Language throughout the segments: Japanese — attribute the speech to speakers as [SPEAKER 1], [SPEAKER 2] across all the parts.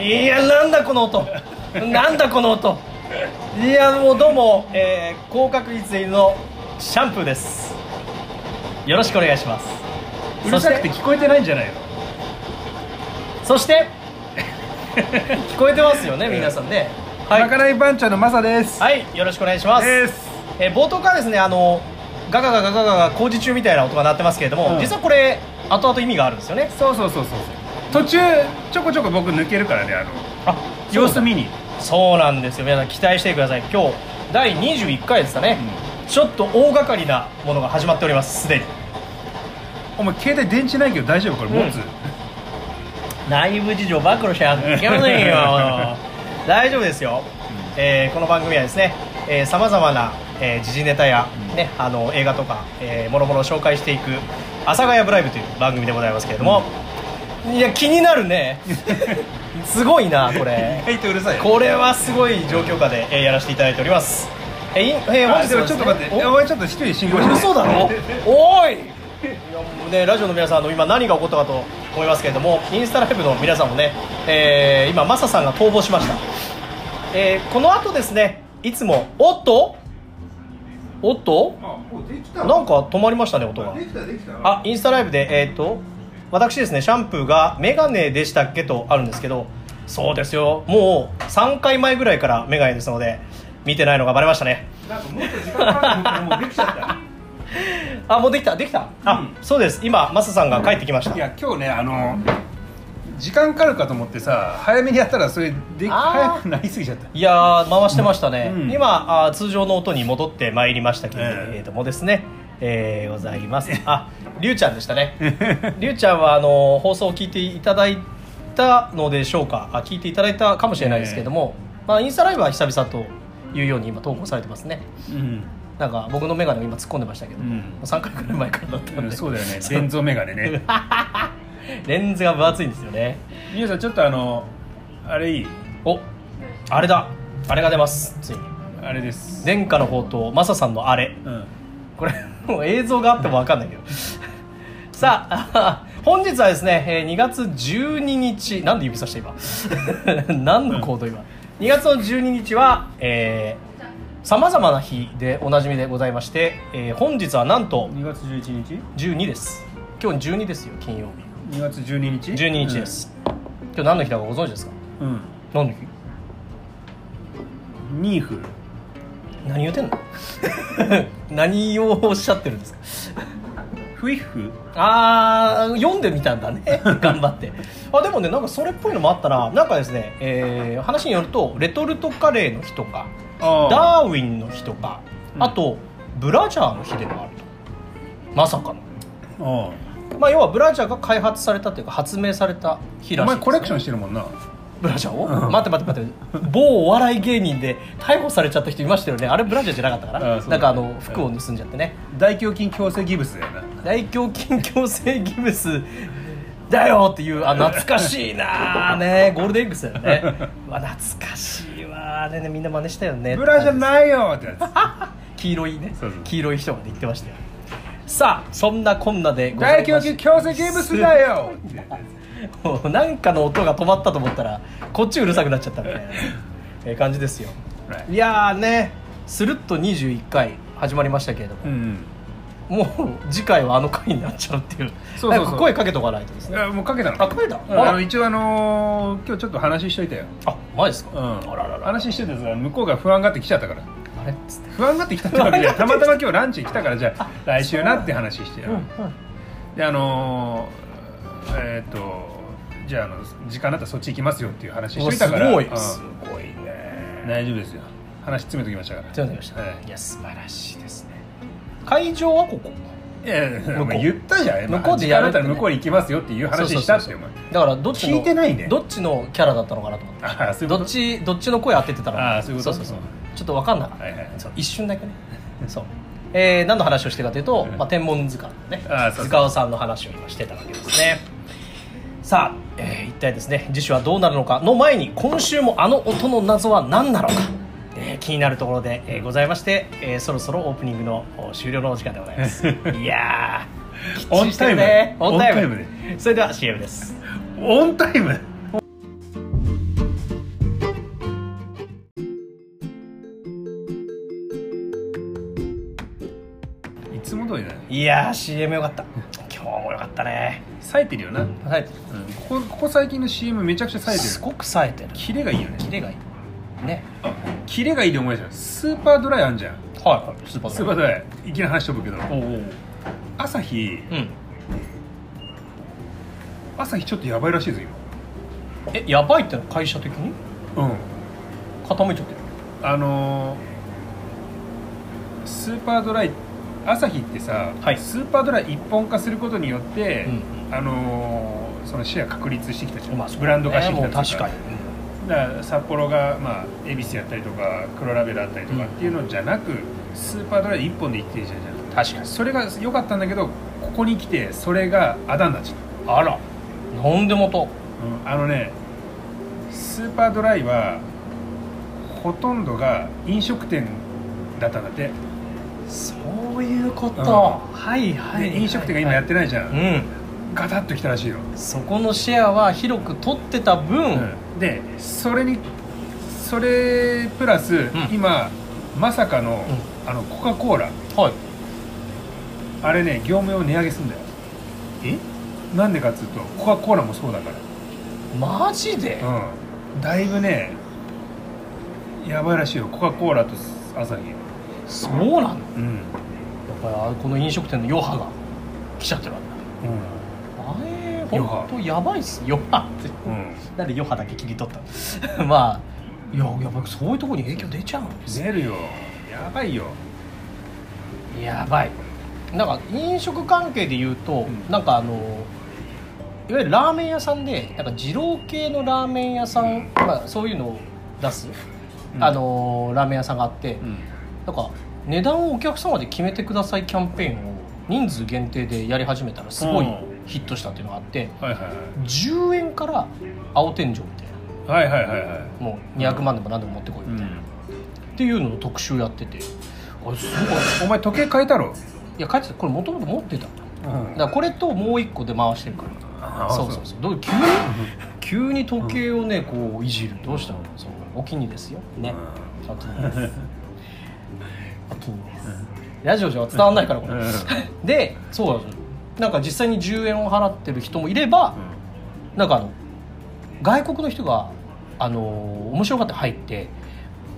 [SPEAKER 1] いやなんだこの音なんだこの音いやもうどうも、えー、高確率でのシャンプーですよろしくお願いします
[SPEAKER 2] うるさくて聞こえてないんじゃないの
[SPEAKER 1] そして 聞こえてますよね皆さんねは
[SPEAKER 2] まか
[SPEAKER 1] い、
[SPEAKER 2] ない番長のマサです
[SPEAKER 1] はい、よろしくお願いします、
[SPEAKER 2] です
[SPEAKER 1] えー冒頭からですねあのガガガガガガガ工事中みたいな音が鳴ってますけれども、
[SPEAKER 2] うん
[SPEAKER 1] 実はこれ後々意味があるんですよね
[SPEAKER 2] そうそうそうそう途中ちょこちょこ僕抜けるからねあ
[SPEAKER 1] あ
[SPEAKER 2] の様子見に
[SPEAKER 1] そうなんですよ皆さん期待してください今日第21回ですかね、ちょっと大掛かりなものが始まっておりますすでに
[SPEAKER 2] お前携帯電池ないけど大丈夫これ持つ、
[SPEAKER 1] うん内部事情暴露しちゃいけませんよ 大丈夫ですよ、えーこの番組はですねさまざまな、えー時事ネタや、ねあの映画とか、えー、もろもろ紹介していく「阿佐ヶ谷ブライブ」という番組でございますけれども、いや気になる ねすごいなこれ
[SPEAKER 2] 意外とうるさいよ
[SPEAKER 1] これはすごい状況下で、えーやらせていただいておりますえーいえー本
[SPEAKER 2] あ
[SPEAKER 1] 日
[SPEAKER 2] で
[SPEAKER 1] は
[SPEAKER 2] も
[SPEAKER 1] です
[SPEAKER 2] ちょ
[SPEAKER 1] ね
[SPEAKER 2] っと待って
[SPEAKER 1] お
[SPEAKER 2] お前ちょっと一人信号して
[SPEAKER 1] 嘘だろおーいいやもうね、ラジオの皆さんあの今何が起こったかと思いますけれどもインスタライブの皆さんもね、えー今マサさんが逃亡しました、えーこの後ですねいつもおっとおっと
[SPEAKER 2] あもうできた
[SPEAKER 1] なんか止まりましたね音が
[SPEAKER 2] きたできた
[SPEAKER 1] あインスタライブでえーっ、と私ですねシャンプーが「メガネでしたっけ?」とあるんですけどそうですよもう3回前ぐらいからメガネですので見てないのがバレましたね
[SPEAKER 2] なんかもっと時間かかると思ってもうできちゃっ
[SPEAKER 1] あもうできたできたあ、
[SPEAKER 2] うん
[SPEAKER 1] そうです今マサさんが帰ってきました
[SPEAKER 2] たいや今日ねあの時間かかるかと思ってさ早めにやったらそれで
[SPEAKER 1] あー
[SPEAKER 2] 早くなりすぎちゃ った
[SPEAKER 1] いやー回してましたね、
[SPEAKER 2] うん
[SPEAKER 1] 今あー通常の音に戻ってまいりましたけ
[SPEAKER 2] ええ
[SPEAKER 1] れどもですね、えーございますありゅうちゃんでした ね りゅうちゃんはあの放送を聞いていただいたのでしょうかあ聞いていただいたかもしれないですけども、まあ、インスタライブは久々というように今投稿されてますね
[SPEAKER 2] うん
[SPEAKER 1] なんか僕の眼鏡を今突っ込んでましたけど、
[SPEAKER 2] う
[SPEAKER 1] も
[SPEAKER 2] ん
[SPEAKER 1] う3回くらい前からだった
[SPEAKER 2] うんん
[SPEAKER 1] で、
[SPEAKER 2] そうだよね
[SPEAKER 1] そう
[SPEAKER 2] レンズメガネ ね
[SPEAKER 1] レンズが分厚いんですよね
[SPEAKER 2] みゆさんちょっとあのあれいい
[SPEAKER 1] おあれだあれが出ますついに
[SPEAKER 2] あれです
[SPEAKER 1] 殿下の宝刀マサさんのあれ
[SPEAKER 2] うん
[SPEAKER 1] これもう映像があっても分かん ないけどさあ 本日はですねえー2月12日なんで指さした今 何の行動今2月の12日はさまざまな日でおなじみでございまして、えー本日はなんと
[SPEAKER 2] 2月11日
[SPEAKER 1] 12です今日12ですよ金曜
[SPEAKER 2] 2月12日
[SPEAKER 1] 日12日で、す、今日何の日だかご存知ですか
[SPEAKER 2] うんうん
[SPEAKER 1] 何の日
[SPEAKER 2] ニーフ
[SPEAKER 1] 何言うてんの 何をおっしゃってるんですか
[SPEAKER 2] フイフ
[SPEAKER 1] あー読んでみたんだね 頑張ってあでもねなんかそれっぽいのもあったらなんかですね、えー話によるとレトルトカレーの日とか
[SPEAKER 2] あ
[SPEAKER 1] ダーウィンの日とか
[SPEAKER 2] うん
[SPEAKER 1] あとブラジャーの日でもあるとまさかの、
[SPEAKER 2] ーあ
[SPEAKER 1] まあ、要はブラジャーが開発されたというか発明された日
[SPEAKER 2] ー
[SPEAKER 1] らしい
[SPEAKER 2] お前
[SPEAKER 1] です
[SPEAKER 2] コレクションしてるもんな
[SPEAKER 1] ブラジャーを、
[SPEAKER 2] うん
[SPEAKER 1] 待って待って待って某お笑い芸人で逮捕されちゃった人いましたよねあれブラジャーじゃなかったか
[SPEAKER 2] あ
[SPEAKER 1] な
[SPEAKER 2] ーそう
[SPEAKER 1] なんかあの服を盗んじゃってね、
[SPEAKER 2] 大胸筋強制ギブスだよな
[SPEAKER 1] 大胸筋強制ギブスだよっていうあ懐かしいなあ ねゴールデンエッグスだよねうわ懐かしいわあれねみんな真似したよね
[SPEAKER 2] ブラじゃないよってやつ
[SPEAKER 1] 黄色いね
[SPEAKER 2] そうそう
[SPEAKER 1] 黄色い人まで言ってましたよさあそんなこんなでござ
[SPEAKER 2] 大
[SPEAKER 1] いま
[SPEAKER 2] 胸
[SPEAKER 1] す
[SPEAKER 2] 筋強制ギブスだ よってや
[SPEAKER 1] もうなんかの音が止まったと思ったらこっちうるさくなっちゃったみたいな、えー感じですよ
[SPEAKER 2] つはい
[SPEAKER 1] いやーねスルッと21回始まりましたけれども
[SPEAKER 2] う、ん
[SPEAKER 1] もう次回はあの回になっちゃうっていう
[SPEAKER 2] そうそうそう
[SPEAKER 1] なんか声かけとかないとです
[SPEAKER 2] い
[SPEAKER 1] ね
[SPEAKER 2] やもうかけたの
[SPEAKER 1] あ声だ
[SPEAKER 2] うん
[SPEAKER 1] あ
[SPEAKER 2] あ
[SPEAKER 1] ら
[SPEAKER 2] の一応あのー今日ちょっと話ししといたよ
[SPEAKER 1] あマジですか、
[SPEAKER 2] うん
[SPEAKER 1] あららら
[SPEAKER 2] 話しててさ向こうが不安がってきちゃったから
[SPEAKER 1] あれっつって
[SPEAKER 2] 不安がってきたってわ けじゃないたまたま今日ランチ来たからじゃあ来週なって話してよであのーえーっとじゃああの時間だったらそっち行きますよっていう話し
[SPEAKER 1] お
[SPEAKER 2] てい
[SPEAKER 1] す
[SPEAKER 2] たから
[SPEAKER 1] ごい、
[SPEAKER 2] うん
[SPEAKER 1] すごいね
[SPEAKER 2] 大丈夫ですよ話詰めときましたから
[SPEAKER 1] というわけでございました、
[SPEAKER 2] はい
[SPEAKER 1] い、や素晴らしいですね会場はここ
[SPEAKER 2] いやいやいや
[SPEAKER 1] 向こう
[SPEAKER 2] お前言ったじゃん今
[SPEAKER 1] 向こうでやるってね
[SPEAKER 2] 時間だったら向こうに行きますよっていう話したってお前
[SPEAKER 1] だからどっちの
[SPEAKER 2] 聞いてないね
[SPEAKER 1] どっちのキャラだったのかなと思って
[SPEAKER 2] ああそういうこ
[SPEAKER 1] ど
[SPEAKER 2] と
[SPEAKER 1] っちどっちの声当ててたら
[SPEAKER 2] あーそういうこと
[SPEAKER 1] そうそうちょっと分かんなかった、
[SPEAKER 2] はいはい
[SPEAKER 1] そう一瞬だけねそう、えー何の話をしてたかというと、まあ、天文図鑑のね
[SPEAKER 2] あーそうそう
[SPEAKER 1] 塚尾さんの話を今してたわけですねさあ、えー一体ですね次週はどうなるのかの前に今週もあの音の謎は何なのか、えー気になるところで、えーございまして、えーそろそろオープニングのお終了のお時間でございます いやー
[SPEAKER 2] オンタイム
[SPEAKER 1] ねオンタイム
[SPEAKER 2] オンタイ
[SPEAKER 1] それでは CM です
[SPEAKER 2] オンタイムつも通りだね
[SPEAKER 1] いやー CM よかった今日もよかったね
[SPEAKER 2] 冴えてるよな、うん
[SPEAKER 1] 冴えてる
[SPEAKER 2] ここここ最近の CM めちゃくちゃ冴えて
[SPEAKER 1] す
[SPEAKER 2] る
[SPEAKER 1] ごく冴えてる
[SPEAKER 2] キレがいいよね
[SPEAKER 1] キレがいいね
[SPEAKER 2] あキレがいいで思い出したスーパードライあんじゃん
[SPEAKER 1] はいはいスーパ
[SPEAKER 2] スーパードライいきなり話しとぶけど
[SPEAKER 1] おおうん
[SPEAKER 2] 朝日朝日ちょっとやばいらしいぞ
[SPEAKER 1] えやばいってのは会社的に
[SPEAKER 2] 今うん
[SPEAKER 1] 傾いちゃってる
[SPEAKER 2] あのースーパードライ朝日ってさ、
[SPEAKER 1] はい
[SPEAKER 2] スーパードライ一本化することによって、
[SPEAKER 1] う
[SPEAKER 2] あのーそのシェア確立してきたじゃん、
[SPEAKER 1] まあそう
[SPEAKER 2] ブランド化してき
[SPEAKER 1] ね
[SPEAKER 2] た
[SPEAKER 1] もう確かに
[SPEAKER 2] にだから札幌が、まあ、恵比寿やったりとか黒ラベルあったりとかっていうのじゃなく、スーパードライ一本で生きてるじゃんじゃん
[SPEAKER 1] 確かに
[SPEAKER 2] それが良かったんだけどここに来てそれがあだになっちゃっ
[SPEAKER 1] あらなんでもと
[SPEAKER 2] た、うんあのねスーパードライはほとんどが飲食店だったんだって
[SPEAKER 1] そういうこと、
[SPEAKER 2] うん
[SPEAKER 1] はいは
[SPEAKER 2] で
[SPEAKER 1] い
[SPEAKER 2] 飲食店が今やってないじゃん、
[SPEAKER 1] うん
[SPEAKER 2] ガタッときたらしいよ、
[SPEAKER 1] そこのシェアは広く取ってた分、
[SPEAKER 2] でそれにそれプラス、今まさかの,、あのコカ・コーラ
[SPEAKER 1] はい
[SPEAKER 2] あれね業務用値上げすんだよえなんでかっつうとコカ・コーラもそうだか
[SPEAKER 1] マジで、
[SPEAKER 2] ら、うん、だいぶねやばいらしいよコカ・コーラと朝日
[SPEAKER 1] そうなのやっ
[SPEAKER 2] うん、
[SPEAKER 1] ぱりあこの飲食店の余波が来ちゃってるわけだあれ
[SPEAKER 2] 余波
[SPEAKER 1] 本当やばいっす余波って
[SPEAKER 2] うんうん、
[SPEAKER 1] なんで余波だけ切り取ったの まあいややっぱりそういうところに影響出ちゃうんですね
[SPEAKER 2] 出るよやばいよ
[SPEAKER 1] やばいなんか飲食関係で言うと、
[SPEAKER 2] うん
[SPEAKER 1] なんかあのいわゆるラーメン屋さんでなんか二郎系のラーメン屋さん、
[SPEAKER 2] うん
[SPEAKER 1] まあ、そういうのを出す、
[SPEAKER 2] うん
[SPEAKER 1] あのラーメン屋さんがあって、
[SPEAKER 2] うん
[SPEAKER 1] なんか値段をお客様で決めてくださいキャンペーンを人数限定でやり始めたらすごい
[SPEAKER 2] うん
[SPEAKER 1] ヒットしたっていうのがあって
[SPEAKER 2] はいはい
[SPEAKER 1] 10円から青天井みたい
[SPEAKER 2] はいはいはいはいはい
[SPEAKER 1] なもう200万でも何でも持ってこいみたいな。
[SPEAKER 2] うん
[SPEAKER 1] っていうのを特集やっててあれすごい
[SPEAKER 2] お前時計変えたろ、
[SPEAKER 1] いや帰ってたこれもともと持ってただからこれともう一個で回してるから
[SPEAKER 2] あ
[SPEAKER 1] そうそうそうどう急に急に時計をねこういじるどうしたのそうお気にですよね お気にですお気にですラジオじゃ伝わんないからこ
[SPEAKER 2] うん
[SPEAKER 1] れでそうなんですよなんか実際に10円を払ってる人もいればなんかあの外国の人があのー面白がって入って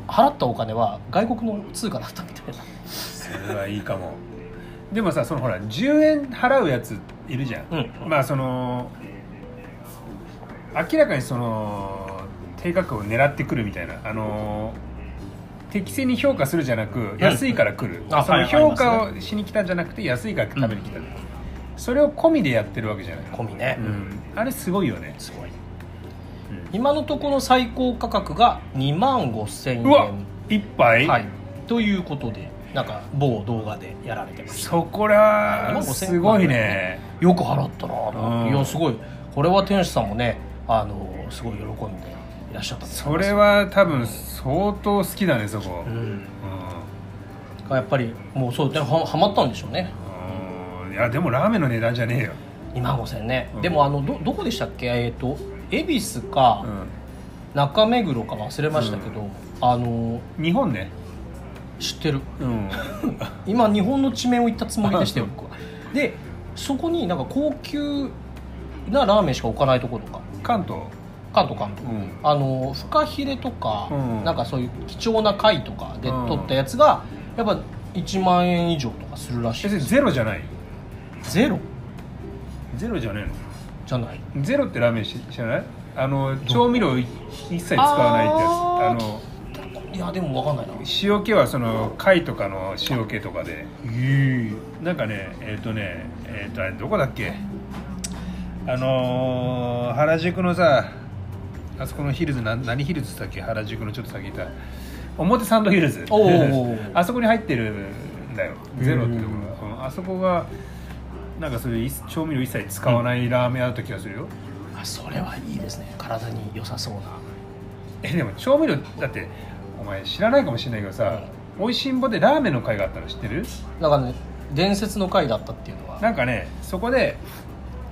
[SPEAKER 1] 払ったお金は外国の通貨だったみたいな
[SPEAKER 2] それはいいかもでもさそのほら10円払うやついるじゃん、
[SPEAKER 1] うん
[SPEAKER 2] まあその明らかにその低価格を狙ってくるみたいなあの適正に評価するじゃなく安いから来る、
[SPEAKER 1] あ
[SPEAKER 2] その
[SPEAKER 1] はいあります
[SPEAKER 2] 評
[SPEAKER 1] ね
[SPEAKER 2] 価をしに来たんじゃなくて安いから食べに来た、それを込みでやってるわけじゃない、
[SPEAKER 1] 込みね、
[SPEAKER 2] うん、あれすごいよね、
[SPEAKER 1] すごい
[SPEAKER 2] うん
[SPEAKER 1] 今のところ最高価格が2万5000
[SPEAKER 2] うわ
[SPEAKER 1] 円
[SPEAKER 2] 一杯、
[SPEAKER 1] はい、ということでなんか某動画でやられてました
[SPEAKER 2] そこら
[SPEAKER 1] 7,500
[SPEAKER 2] すごいね
[SPEAKER 1] よく払ったなと思って
[SPEAKER 2] うん
[SPEAKER 1] いやすごいこれは店主さんもねあのすごい喜んでいらっしゃったと
[SPEAKER 2] そ
[SPEAKER 1] 思います
[SPEAKER 2] れは多分相当好きだねそこ、
[SPEAKER 1] う
[SPEAKER 2] うん
[SPEAKER 1] んがやっぱりもうそうでははまったんでしょうね
[SPEAKER 2] うんいやでもラーメンの値段じゃねえよ、
[SPEAKER 1] 2万5000円ね、
[SPEAKER 2] うん
[SPEAKER 1] でもあのどどこでしたっけえっ、と恵比寿か中目黒か忘れましたけど、あの
[SPEAKER 2] うん、日本ね
[SPEAKER 1] 知ってる
[SPEAKER 2] うん
[SPEAKER 1] 今日本の地名を言ったつもりでしたよ僕はでそこになんか高級なラーメンしか置かないところとか
[SPEAKER 2] 関東
[SPEAKER 1] 関東関東
[SPEAKER 2] うん
[SPEAKER 1] あのフカヒレとか、
[SPEAKER 2] うん
[SPEAKER 1] なんかそういう貴重な貝とかで
[SPEAKER 2] うん
[SPEAKER 1] 取ったやつが、やっぱ1万円以上とかするらしい
[SPEAKER 2] 別にゼロじゃない
[SPEAKER 1] ゼロ
[SPEAKER 2] ゼロじゃね
[SPEAKER 1] じゃない
[SPEAKER 2] えのゼロってラーメンし知らないあの調味料一切使わないってやつあ
[SPEAKER 1] あー
[SPEAKER 2] の
[SPEAKER 1] いやでも分かんないな
[SPEAKER 2] 塩気はその貝とかの塩気とかでなんかねえっ、とねえっ、とあれどこだっけあのー原宿のさあそこのヒルズな何ヒルズだっけ原宿のちょっと先にいた表参道ヒルズ
[SPEAKER 1] おー
[SPEAKER 2] あそこに入ってるんだよゼロってとこ
[SPEAKER 1] う
[SPEAKER 2] ろがうんあそこがなんかそういうい調味料一切使わないラーメン屋だった気がするよ、
[SPEAKER 1] あそれはいいですね体に良さそうな
[SPEAKER 2] えでも調味料だってお前知らないかもしれないけどさ、美味しんぼでラーメンの会があったの知ってる
[SPEAKER 1] なんかね伝説の回だったっていうのは
[SPEAKER 2] なんかねそこで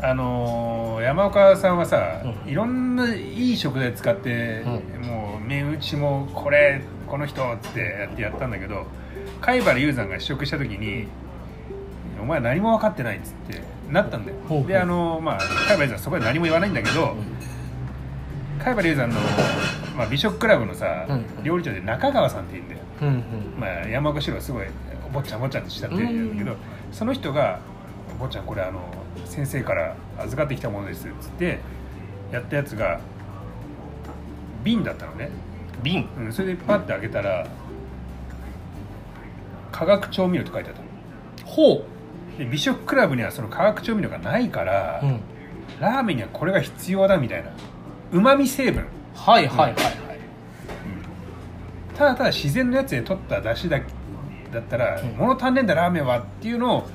[SPEAKER 2] あのー山岡さんはさ、
[SPEAKER 1] うん
[SPEAKER 2] いろんないい食材使って、
[SPEAKER 1] う
[SPEAKER 2] もう麺打ちもこれこの人っつってやってやったんだけど貝原雄山が試食した時にお前何も分かってない」っつってなったんだよ
[SPEAKER 1] ほうほう
[SPEAKER 2] であのまあ海馬龍さんそこで何も言わないんだけど海馬龍さんの、まあ、美食クラブのさ、
[SPEAKER 1] うん
[SPEAKER 2] 料理長で中川さんって言うんだよ
[SPEAKER 1] うんうん
[SPEAKER 2] まあ、山越しろすごいお坊ちゃんお坊ちゃんってしたってるんだけど、
[SPEAKER 1] うん
[SPEAKER 2] その人が「お坊ちゃんこれあの先生から預かってきたものです」っつってやったやつが瓶だったのね、
[SPEAKER 1] 瓶
[SPEAKER 2] うん、それでパッて開けたら「化学調味料」って書いてあったの
[SPEAKER 1] ほ
[SPEAKER 2] で美食クラブにはその化学調味料がないから、
[SPEAKER 1] う、うん、
[SPEAKER 2] ラーメンにはこれが必要だみたいなうまみ成分
[SPEAKER 1] はいはいはいはい、
[SPEAKER 2] ただただ自然のやつで取った出汁だだったら、
[SPEAKER 1] うん
[SPEAKER 2] 物足んねえんだラーメンはっていうのを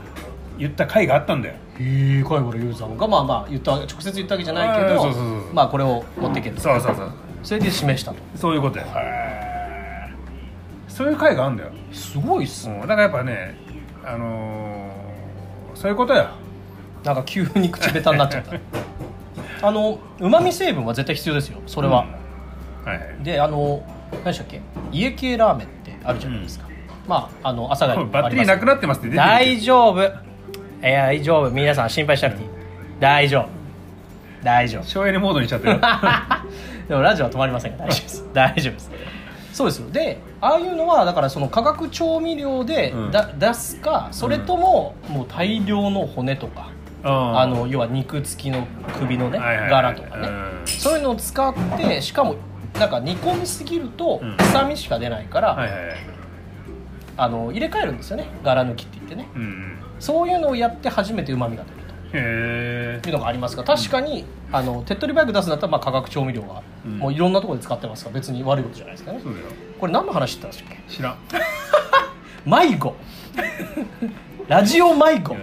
[SPEAKER 2] 言った回があったんだよ
[SPEAKER 1] へえ貝原雄さんがまあまあ言った直接言ったわけじゃないけ
[SPEAKER 2] あー
[SPEAKER 1] ど
[SPEAKER 2] そうそうそうそう
[SPEAKER 1] まあこれを持っていけと
[SPEAKER 2] そうそうそう
[SPEAKER 1] それで示したと
[SPEAKER 2] そういうことよそういう回があるんだよ、
[SPEAKER 1] すごいっす
[SPEAKER 2] う
[SPEAKER 1] ね
[SPEAKER 2] んだからやっぱねあのーそういうことよ
[SPEAKER 1] なんか急に口下手になっちゃった あのうまみ成分は絶対必要ですよそ
[SPEAKER 2] こ
[SPEAKER 1] れは、、
[SPEAKER 2] うんはいはい
[SPEAKER 1] であの何でしたっけ家系ラーメンってあるじゃないですか、まああの朝が
[SPEAKER 2] バッテリーなくなってますって出てる
[SPEAKER 1] 大丈夫いや大丈夫皆さん心配しなくていい大丈夫大丈夫
[SPEAKER 2] 省エネモードにしちゃってる
[SPEAKER 1] でもラジオは止まりませんから大丈夫です大丈夫ですそうですよでああいうのはだからその化学調味料で
[SPEAKER 2] うん
[SPEAKER 1] だ、出すかそれとももう大量の骨とか、あ
[SPEAKER 2] あ
[SPEAKER 1] の要は肉付きの首のね、
[SPEAKER 2] はいはいはい
[SPEAKER 1] 柄とかね、
[SPEAKER 2] うん
[SPEAKER 1] そういうのを使ってしかもなんか煮込みすぎると
[SPEAKER 2] うん
[SPEAKER 1] 臭みしか出ないから、
[SPEAKER 2] はいはいはい
[SPEAKER 1] あの入れ替えるんですよね柄抜きって言ってね
[SPEAKER 2] うんうん
[SPEAKER 1] そういうのをやって初めてうまみが出ると
[SPEAKER 2] へ
[SPEAKER 1] っていうのがありますが確かに、あの手っ取り早く出すんだったらまあ化学調味料が、
[SPEAKER 2] うん
[SPEAKER 1] もういろんなところで使ってますから別に悪いことじゃないですかね
[SPEAKER 2] えそうだよ
[SPEAKER 1] これ何の話してたんでしたっけ
[SPEAKER 2] 知 らん
[SPEAKER 1] 迷子 ラジオ迷子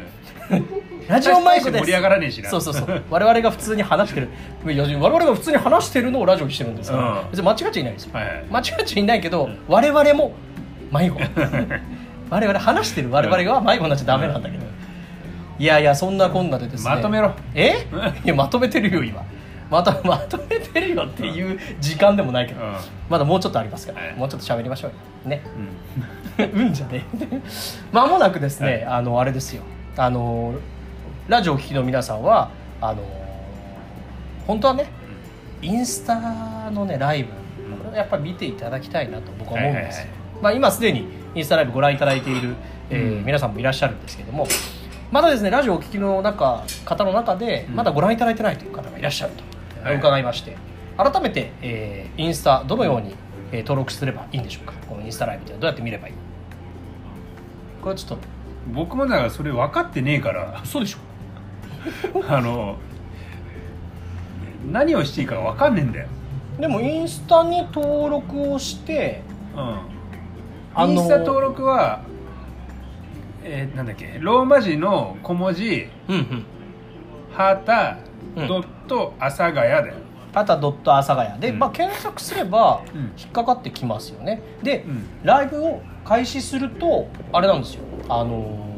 [SPEAKER 1] ラジオ迷子です
[SPEAKER 2] 盛り上がらねえしな
[SPEAKER 1] そうそうそう我々が普通に話してるいや我々が普通に話してるのをラジオにしてるんですから、
[SPEAKER 2] うん
[SPEAKER 1] 別に間違っちゃいないですよ、
[SPEAKER 2] はいはい
[SPEAKER 1] 間違っちゃいないけど、我々も迷 子我々話してる我々が迷子になっちゃダメなんだけど、いやいやそんなこんなでですね
[SPEAKER 2] まとめろ
[SPEAKER 1] えいやまとめてるよ今またまと めてるよっていう時間でもないけど、
[SPEAKER 2] うん
[SPEAKER 1] まだもうちょっとありますから、
[SPEAKER 2] はい
[SPEAKER 1] もうちょっと喋りましょうよね
[SPEAKER 2] うん
[SPEAKER 1] うんじゃねえ まもなくですね、あのあれですよあのラジオを聴きの皆さんはあの本当はねインスタのねライブ
[SPEAKER 2] うん
[SPEAKER 1] これをやっぱり見ていただきたいなと僕は思うんですよ、
[SPEAKER 2] はい
[SPEAKER 1] まあ、今すでにインスタライブご覧いただいている、えー
[SPEAKER 2] うん
[SPEAKER 1] 皆さんもいらっしゃるんですけどもまだですねラジオをお聞きの中方の中で
[SPEAKER 2] うん
[SPEAKER 1] まだご覧いただいてないという方がいらっしゃると
[SPEAKER 2] はい
[SPEAKER 1] 伺いまして、改めて、えーインスタどのように、えー登録すればいいんでしょうかこのインスタライブってどうやって見ればいいこれちょっと
[SPEAKER 2] 僕もだからそれ分かってねえから
[SPEAKER 1] 嘘でしょ
[SPEAKER 2] あの何をしていいか分かんねえんだよ、
[SPEAKER 1] でもインスタに登録をして
[SPEAKER 2] う
[SPEAKER 1] あ
[SPEAKER 2] ん、
[SPEAKER 1] の
[SPEAKER 2] インスタ登録はえーなんだっけローマ字の小文字
[SPEAKER 1] うんうん
[SPEAKER 2] 「はた
[SPEAKER 1] うん
[SPEAKER 2] ドット阿佐ヶ谷」だよ、
[SPEAKER 1] パタドット阿佐ヶ谷で、
[SPEAKER 2] うん
[SPEAKER 1] まあ、検索すれば
[SPEAKER 2] うん
[SPEAKER 1] 引っかかってきますよねで、
[SPEAKER 2] うん
[SPEAKER 1] ライブを開始するとあれなんですよ、あのー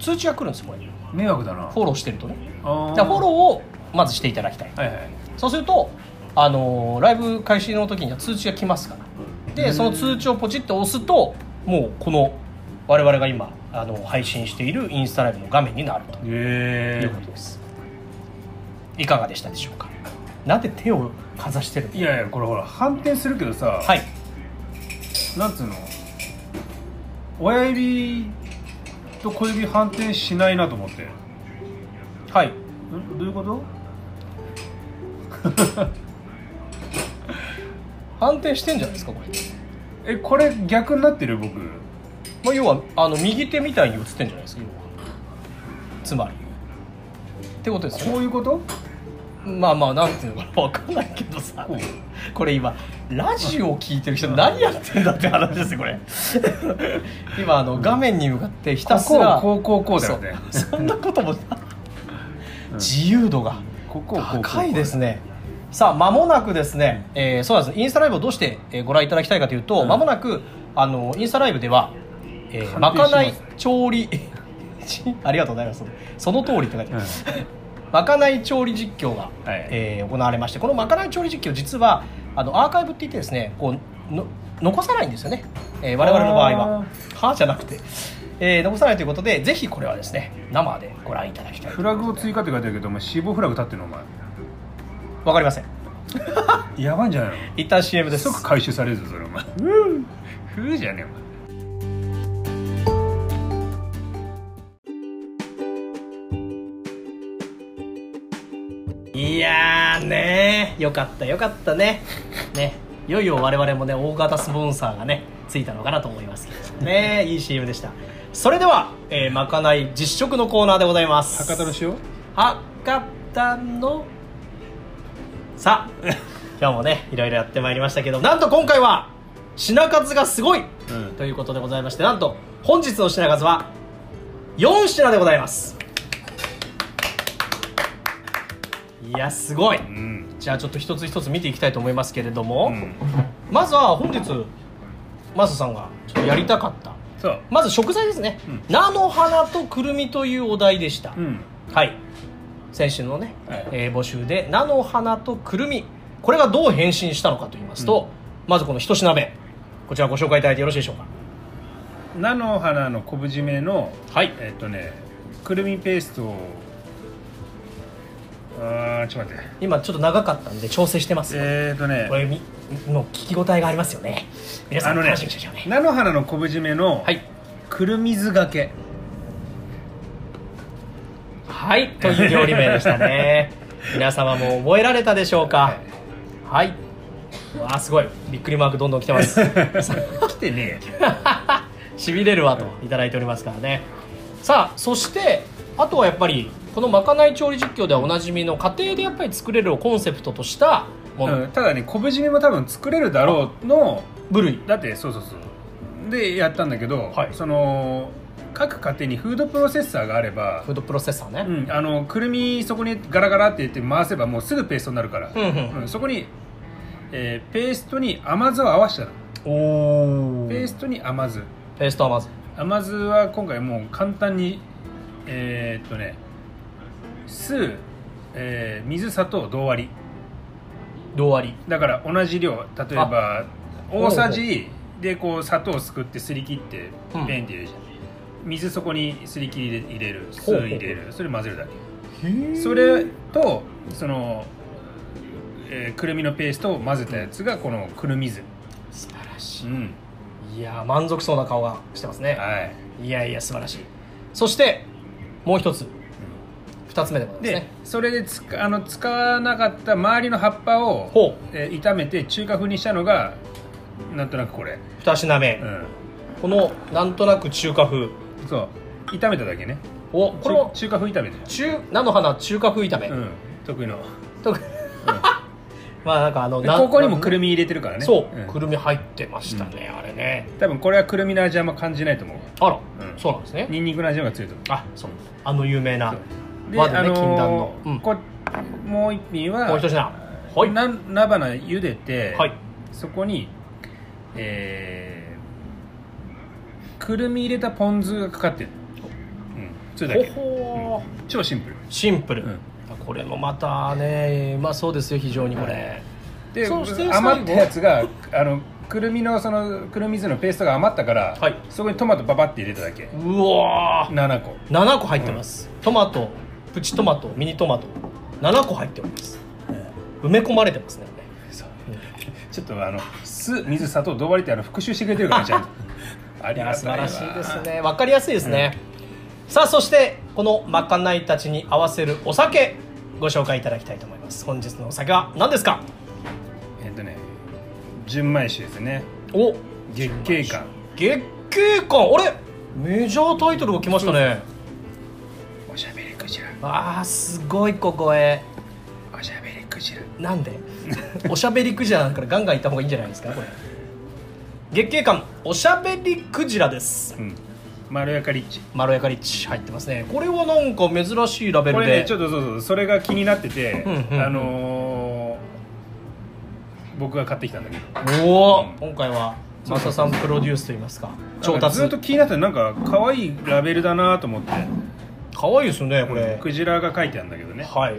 [SPEAKER 1] 通知が来るんですよこれフ
[SPEAKER 2] 迷惑だな
[SPEAKER 1] ォローしてるとね
[SPEAKER 2] あ
[SPEAKER 1] じゃあフォローをまずしていただきたい
[SPEAKER 2] ーはいはい
[SPEAKER 1] そうすると、あのーライブ開始の時には通知が来ますから
[SPEAKER 2] う
[SPEAKER 1] で
[SPEAKER 2] ん
[SPEAKER 1] その通知をポチッと押すともうこの我々が今あの配信しているインスタライブの画面になるとい
[SPEAKER 2] え
[SPEAKER 1] うことです、いかがでしたでしょうかなんで手をかざしてるの
[SPEAKER 2] えいやいやこれほら反転するけどさ、
[SPEAKER 1] はい
[SPEAKER 2] なんつうの親指と小指反転しないなと思って
[SPEAKER 1] はい
[SPEAKER 2] んどういうこと
[SPEAKER 1] 反転してんじゃないですかこれ、
[SPEAKER 2] えこれ逆になってる僕
[SPEAKER 1] まあ、要はあの右手みたいに映ってんじゃないですか要はつまりってことですよね
[SPEAKER 2] こういうこと
[SPEAKER 1] まあまあなんていうのかな分かんないけどさ
[SPEAKER 2] こ
[SPEAKER 1] これ今ラジオを聞いてる人何やってんだって話ですよこれ 今あの画面に向かってひたすら
[SPEAKER 2] こここうこうこうだよね
[SPEAKER 1] そうそんなこともな
[SPEAKER 2] うん
[SPEAKER 1] 自由度が
[SPEAKER 2] こここうこう
[SPEAKER 1] 高いですねさあ間もなくですね、えーそうなんですインスタライブをどうしてえーご覧いただきたいかというと、
[SPEAKER 2] うん
[SPEAKER 1] 間もなくあのインスタライブでは、えーま
[SPEAKER 2] 鑑定
[SPEAKER 1] か
[SPEAKER 2] します
[SPEAKER 1] ない調理 ありがとうございますその通りって書いてある、
[SPEAKER 2] うん
[SPEAKER 1] まかない調理実況が、
[SPEAKER 2] はい
[SPEAKER 1] えー行われましてこのまかない調理実況実はあのアーカイブって言ってですねこうの残さないんですよね、えー我々の場合は
[SPEAKER 2] あ
[SPEAKER 1] はあじゃなくて、えー残さないということでぜひこれはですね生でご覧いただきたい
[SPEAKER 2] フラグを追加って書いてあるけどお前死亡フラグ立ってるのお前
[SPEAKER 1] わかりません
[SPEAKER 2] やばいんじゃないの
[SPEAKER 1] 一旦 CM です
[SPEAKER 2] 即回収されるぞそれお前ふうじゃねえお前
[SPEAKER 1] いやーねよかったよかったねねいよいよ我々もね大型スポンサーがねついたのかなと思いますけどもねいい CM でしたそれでは、えーまかない実食のコーナーでございます
[SPEAKER 2] 博多の塩
[SPEAKER 1] 博多のさあ 今日もねいろいろやってまいりましたけどなんと今回は品数がすごい
[SPEAKER 2] うん
[SPEAKER 1] ということでございましてなんと本日の品数は4品でございますいやすごい
[SPEAKER 2] うん
[SPEAKER 1] じゃあちょっと一つ一つ見ていきたいと思いますけれども、
[SPEAKER 2] うん
[SPEAKER 1] まずは本日マサさんがちょっとやりたかった
[SPEAKER 2] そう
[SPEAKER 1] まず食材ですね、
[SPEAKER 2] うん
[SPEAKER 1] 菜の花とくるみというお題でした、
[SPEAKER 2] うん
[SPEAKER 1] はい先週のね、
[SPEAKER 2] はい
[SPEAKER 1] えー募集で菜の花とくるみこれがどう変身したのかと言いますと、まずこの一品目こちらご紹介いただいてよろしいでしょうか
[SPEAKER 2] 菜の花の昆布締めの
[SPEAKER 1] はい
[SPEAKER 2] えっとねくるみペーストをあーちょっと待って
[SPEAKER 1] 今ちょっと長かったんで調整してます、
[SPEAKER 2] えっとね
[SPEAKER 1] これみもう聞き応えがありますよね皆さ
[SPEAKER 2] あ
[SPEAKER 1] ん
[SPEAKER 2] のね
[SPEAKER 1] 楽しみにしてましょうね
[SPEAKER 2] 菜の花の昆布締めの
[SPEAKER 1] はい
[SPEAKER 2] くるみ酢がけ
[SPEAKER 1] はいという料理名でしたね 皆様も覚えられたでしょうかはい、わあすごいびっくりマークどんどん来てます
[SPEAKER 2] 来てねえ
[SPEAKER 1] しびれるわといただいておりますからねさあそしてあとはやっぱりこのまかない調理実況ではおなじみの家庭でやっぱり作れるをコンセプトとしたもの、
[SPEAKER 2] うん、ただね昆布締めも多分作れるだろうの
[SPEAKER 1] 部類
[SPEAKER 2] だってそうそうそうでやったんだけど、
[SPEAKER 1] はい
[SPEAKER 2] その各家庭にフードプロセッサーがあれば
[SPEAKER 1] フードプロセッサー
[SPEAKER 2] う
[SPEAKER 1] ね、
[SPEAKER 2] ん、あのくるみそこにガラガラって言って回せばもうすぐペーストになるから、
[SPEAKER 1] うんうん
[SPEAKER 2] そこに、えーペーストに甘酢を合わせたの
[SPEAKER 1] おお
[SPEAKER 2] ペーストに甘酢
[SPEAKER 1] ペーストはまず
[SPEAKER 2] 甘酢は今回もう簡単にえーっとね酢、えー水砂糖同割り
[SPEAKER 1] 胴割
[SPEAKER 2] だから同じ量例えば大さじでこう砂糖をすくってすり切って
[SPEAKER 1] うん
[SPEAKER 2] ペンって入れるじゃん、水そこにすり切りで入れる酢
[SPEAKER 1] ほうほう
[SPEAKER 2] 入れるそれ混ぜるだけ
[SPEAKER 1] り
[SPEAKER 2] それとその、えーくるみのペーストを混ぜたやつがこのくるみ酢
[SPEAKER 1] 素晴らし
[SPEAKER 2] うん
[SPEAKER 1] いいやー満足そうな顔がしてますね
[SPEAKER 2] はい
[SPEAKER 1] いやいや素晴らしいそしてもう一つ二つ目でございます
[SPEAKER 2] で
[SPEAKER 1] ね
[SPEAKER 2] それでつあの使わなかった周りの葉っぱを
[SPEAKER 1] ほう
[SPEAKER 2] えー炒めて中華風にしたのがなんとなくこれ、
[SPEAKER 1] 二品目、
[SPEAKER 2] うん、
[SPEAKER 1] このなんとなく中華風
[SPEAKER 2] そう炒めただけね
[SPEAKER 1] をこれも
[SPEAKER 2] 中中華風炒めて
[SPEAKER 1] 中菜の花中華風炒め、
[SPEAKER 2] うん得意の
[SPEAKER 1] とか まあなんかあの
[SPEAKER 2] で
[SPEAKER 1] な
[SPEAKER 2] ここにもく
[SPEAKER 1] な
[SPEAKER 2] るみ入れてるからね
[SPEAKER 1] そう、
[SPEAKER 2] ん
[SPEAKER 1] くるみ入ってましたね、あれね
[SPEAKER 2] 多分これはくるみの味あんま感じないと思う
[SPEAKER 1] あら、
[SPEAKER 2] うん
[SPEAKER 1] そうなんですね
[SPEAKER 2] ニンニクの味の方が強いと思う
[SPEAKER 1] あそうあの有名な
[SPEAKER 2] で、
[SPEAKER 1] 和でね
[SPEAKER 2] あのー
[SPEAKER 1] 禁断のうん
[SPEAKER 2] こもう一品は
[SPEAKER 1] もう一品はい
[SPEAKER 2] な菜花茹でて、
[SPEAKER 1] はい
[SPEAKER 2] そこにえーくるみ入れたポン酢がかかってる、うん、それだ
[SPEAKER 1] ほ
[SPEAKER 2] け
[SPEAKER 1] ほー
[SPEAKER 2] 超シンプル
[SPEAKER 1] シンプル、
[SPEAKER 2] うん
[SPEAKER 1] これもまたねうまそうですよ非常にこれ、
[SPEAKER 2] で
[SPEAKER 1] そうして
[SPEAKER 2] 余ったやつがあのくるみのそのくるみ酢のペーストが余ったから、
[SPEAKER 1] はい
[SPEAKER 2] そこにトマトババって入れただけ
[SPEAKER 1] うわー
[SPEAKER 2] 7個
[SPEAKER 1] 7個入ってます、トマトプチトマトミニトマト7個入っております、埋め込まれてますね
[SPEAKER 2] そうちょっとあの酢水砂糖どばりってあの復習してくれてるからちゃんと あ
[SPEAKER 1] い
[SPEAKER 2] りが
[SPEAKER 1] や
[SPEAKER 2] たい
[SPEAKER 1] 素晴らしいです
[SPEAKER 2] わ
[SPEAKER 1] ねわかりやすいですね、さあそしてこのまかないたちに合わせるお酒ご紹介いただきたいと思います本日のお酒は何ですか
[SPEAKER 2] えっとね純米酒ですね
[SPEAKER 1] お
[SPEAKER 2] 月桂冠
[SPEAKER 1] 月桂冠あれメジャータイトルが来ましたね
[SPEAKER 2] おしゃべりクジラ
[SPEAKER 1] あーすごいここへ
[SPEAKER 2] おしゃべりクジラ
[SPEAKER 1] なんで おしゃべりクジラなんからガンガン行った方がいいんじゃないですかこれ月桂冠おしゃべりクジラです
[SPEAKER 2] うんまろやかリッチ
[SPEAKER 1] まろやかリッチ入ってますねこれはなんか珍しいラベ
[SPEAKER 2] こ
[SPEAKER 1] ル
[SPEAKER 2] れ
[SPEAKER 1] で
[SPEAKER 2] ねちょっとそうそうそれが気になってて、
[SPEAKER 1] うんうんうん
[SPEAKER 2] あのー僕が買ってきたんだけど
[SPEAKER 1] おお、
[SPEAKER 2] うん
[SPEAKER 1] 今回は増田さんプロデュースといいますか調
[SPEAKER 2] なんか
[SPEAKER 1] 達
[SPEAKER 2] ずっと気になってなんか可愛いラベルだなと思って
[SPEAKER 1] かわいいですねこれ、
[SPEAKER 2] クジラが書いてあるんだけどね
[SPEAKER 1] はい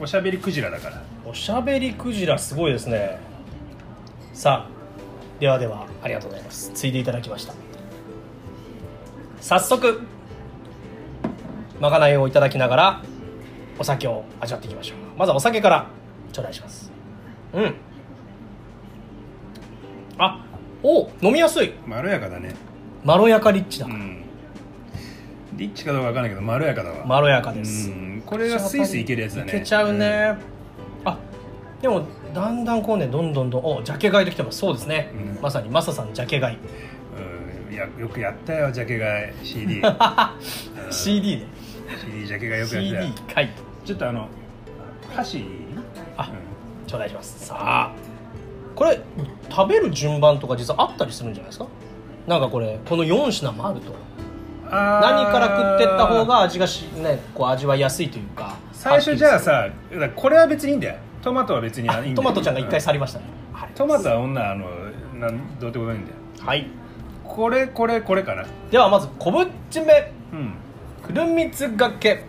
[SPEAKER 2] おしゃべりクジラだから
[SPEAKER 1] おしゃべりクジラすごいですねさあではではありがとうございますついでいただきました早速まかないをいただきながらお酒を味わっていきましょうまずはお酒から頂戴しますうんあお飲みやすい
[SPEAKER 2] まろやかだね
[SPEAKER 1] まろやかリッチだ、
[SPEAKER 2] うんリッチかどうかわかんないけどまろやかだわ
[SPEAKER 1] まろや
[SPEAKER 2] や
[SPEAKER 1] かです、
[SPEAKER 2] これがスイスイいけるやつだね
[SPEAKER 1] いけちゃうね、あでもだんだんこうねどんどんどんおジャケ買いできてますそうですね、
[SPEAKER 2] うん
[SPEAKER 1] まさにマサさんジャケ買い、
[SPEAKER 2] うん、うんいやよくやったよジャケ買い CD うん
[SPEAKER 1] CD で
[SPEAKER 2] CD ジャケ買いよくやったよ
[SPEAKER 1] CD 買い
[SPEAKER 2] ちょっとあの箸
[SPEAKER 1] あ頂戴しますさあこれ食べる順番とか実はあったりするんじゃないですかなんかこれこの4品もあると
[SPEAKER 2] 何
[SPEAKER 1] 何から食ってった方が味がし、ね、こう味わいやすいというか
[SPEAKER 2] 最初じゃあ
[SPEAKER 1] はっ
[SPEAKER 2] さだからこれは別にいいんだよトマトは別
[SPEAKER 1] き
[SPEAKER 2] に
[SPEAKER 1] り
[SPEAKER 2] いい
[SPEAKER 1] す
[SPEAKER 2] んだ
[SPEAKER 1] るあ
[SPEAKER 2] よ
[SPEAKER 1] トマトちゃんが一回
[SPEAKER 2] う
[SPEAKER 1] 去りましたね、はい
[SPEAKER 2] トマトは女あのなんどうってことないんだよ
[SPEAKER 1] はい
[SPEAKER 2] これこれこれかな
[SPEAKER 1] ではまず昆布締め
[SPEAKER 2] うん
[SPEAKER 1] くるみつがけ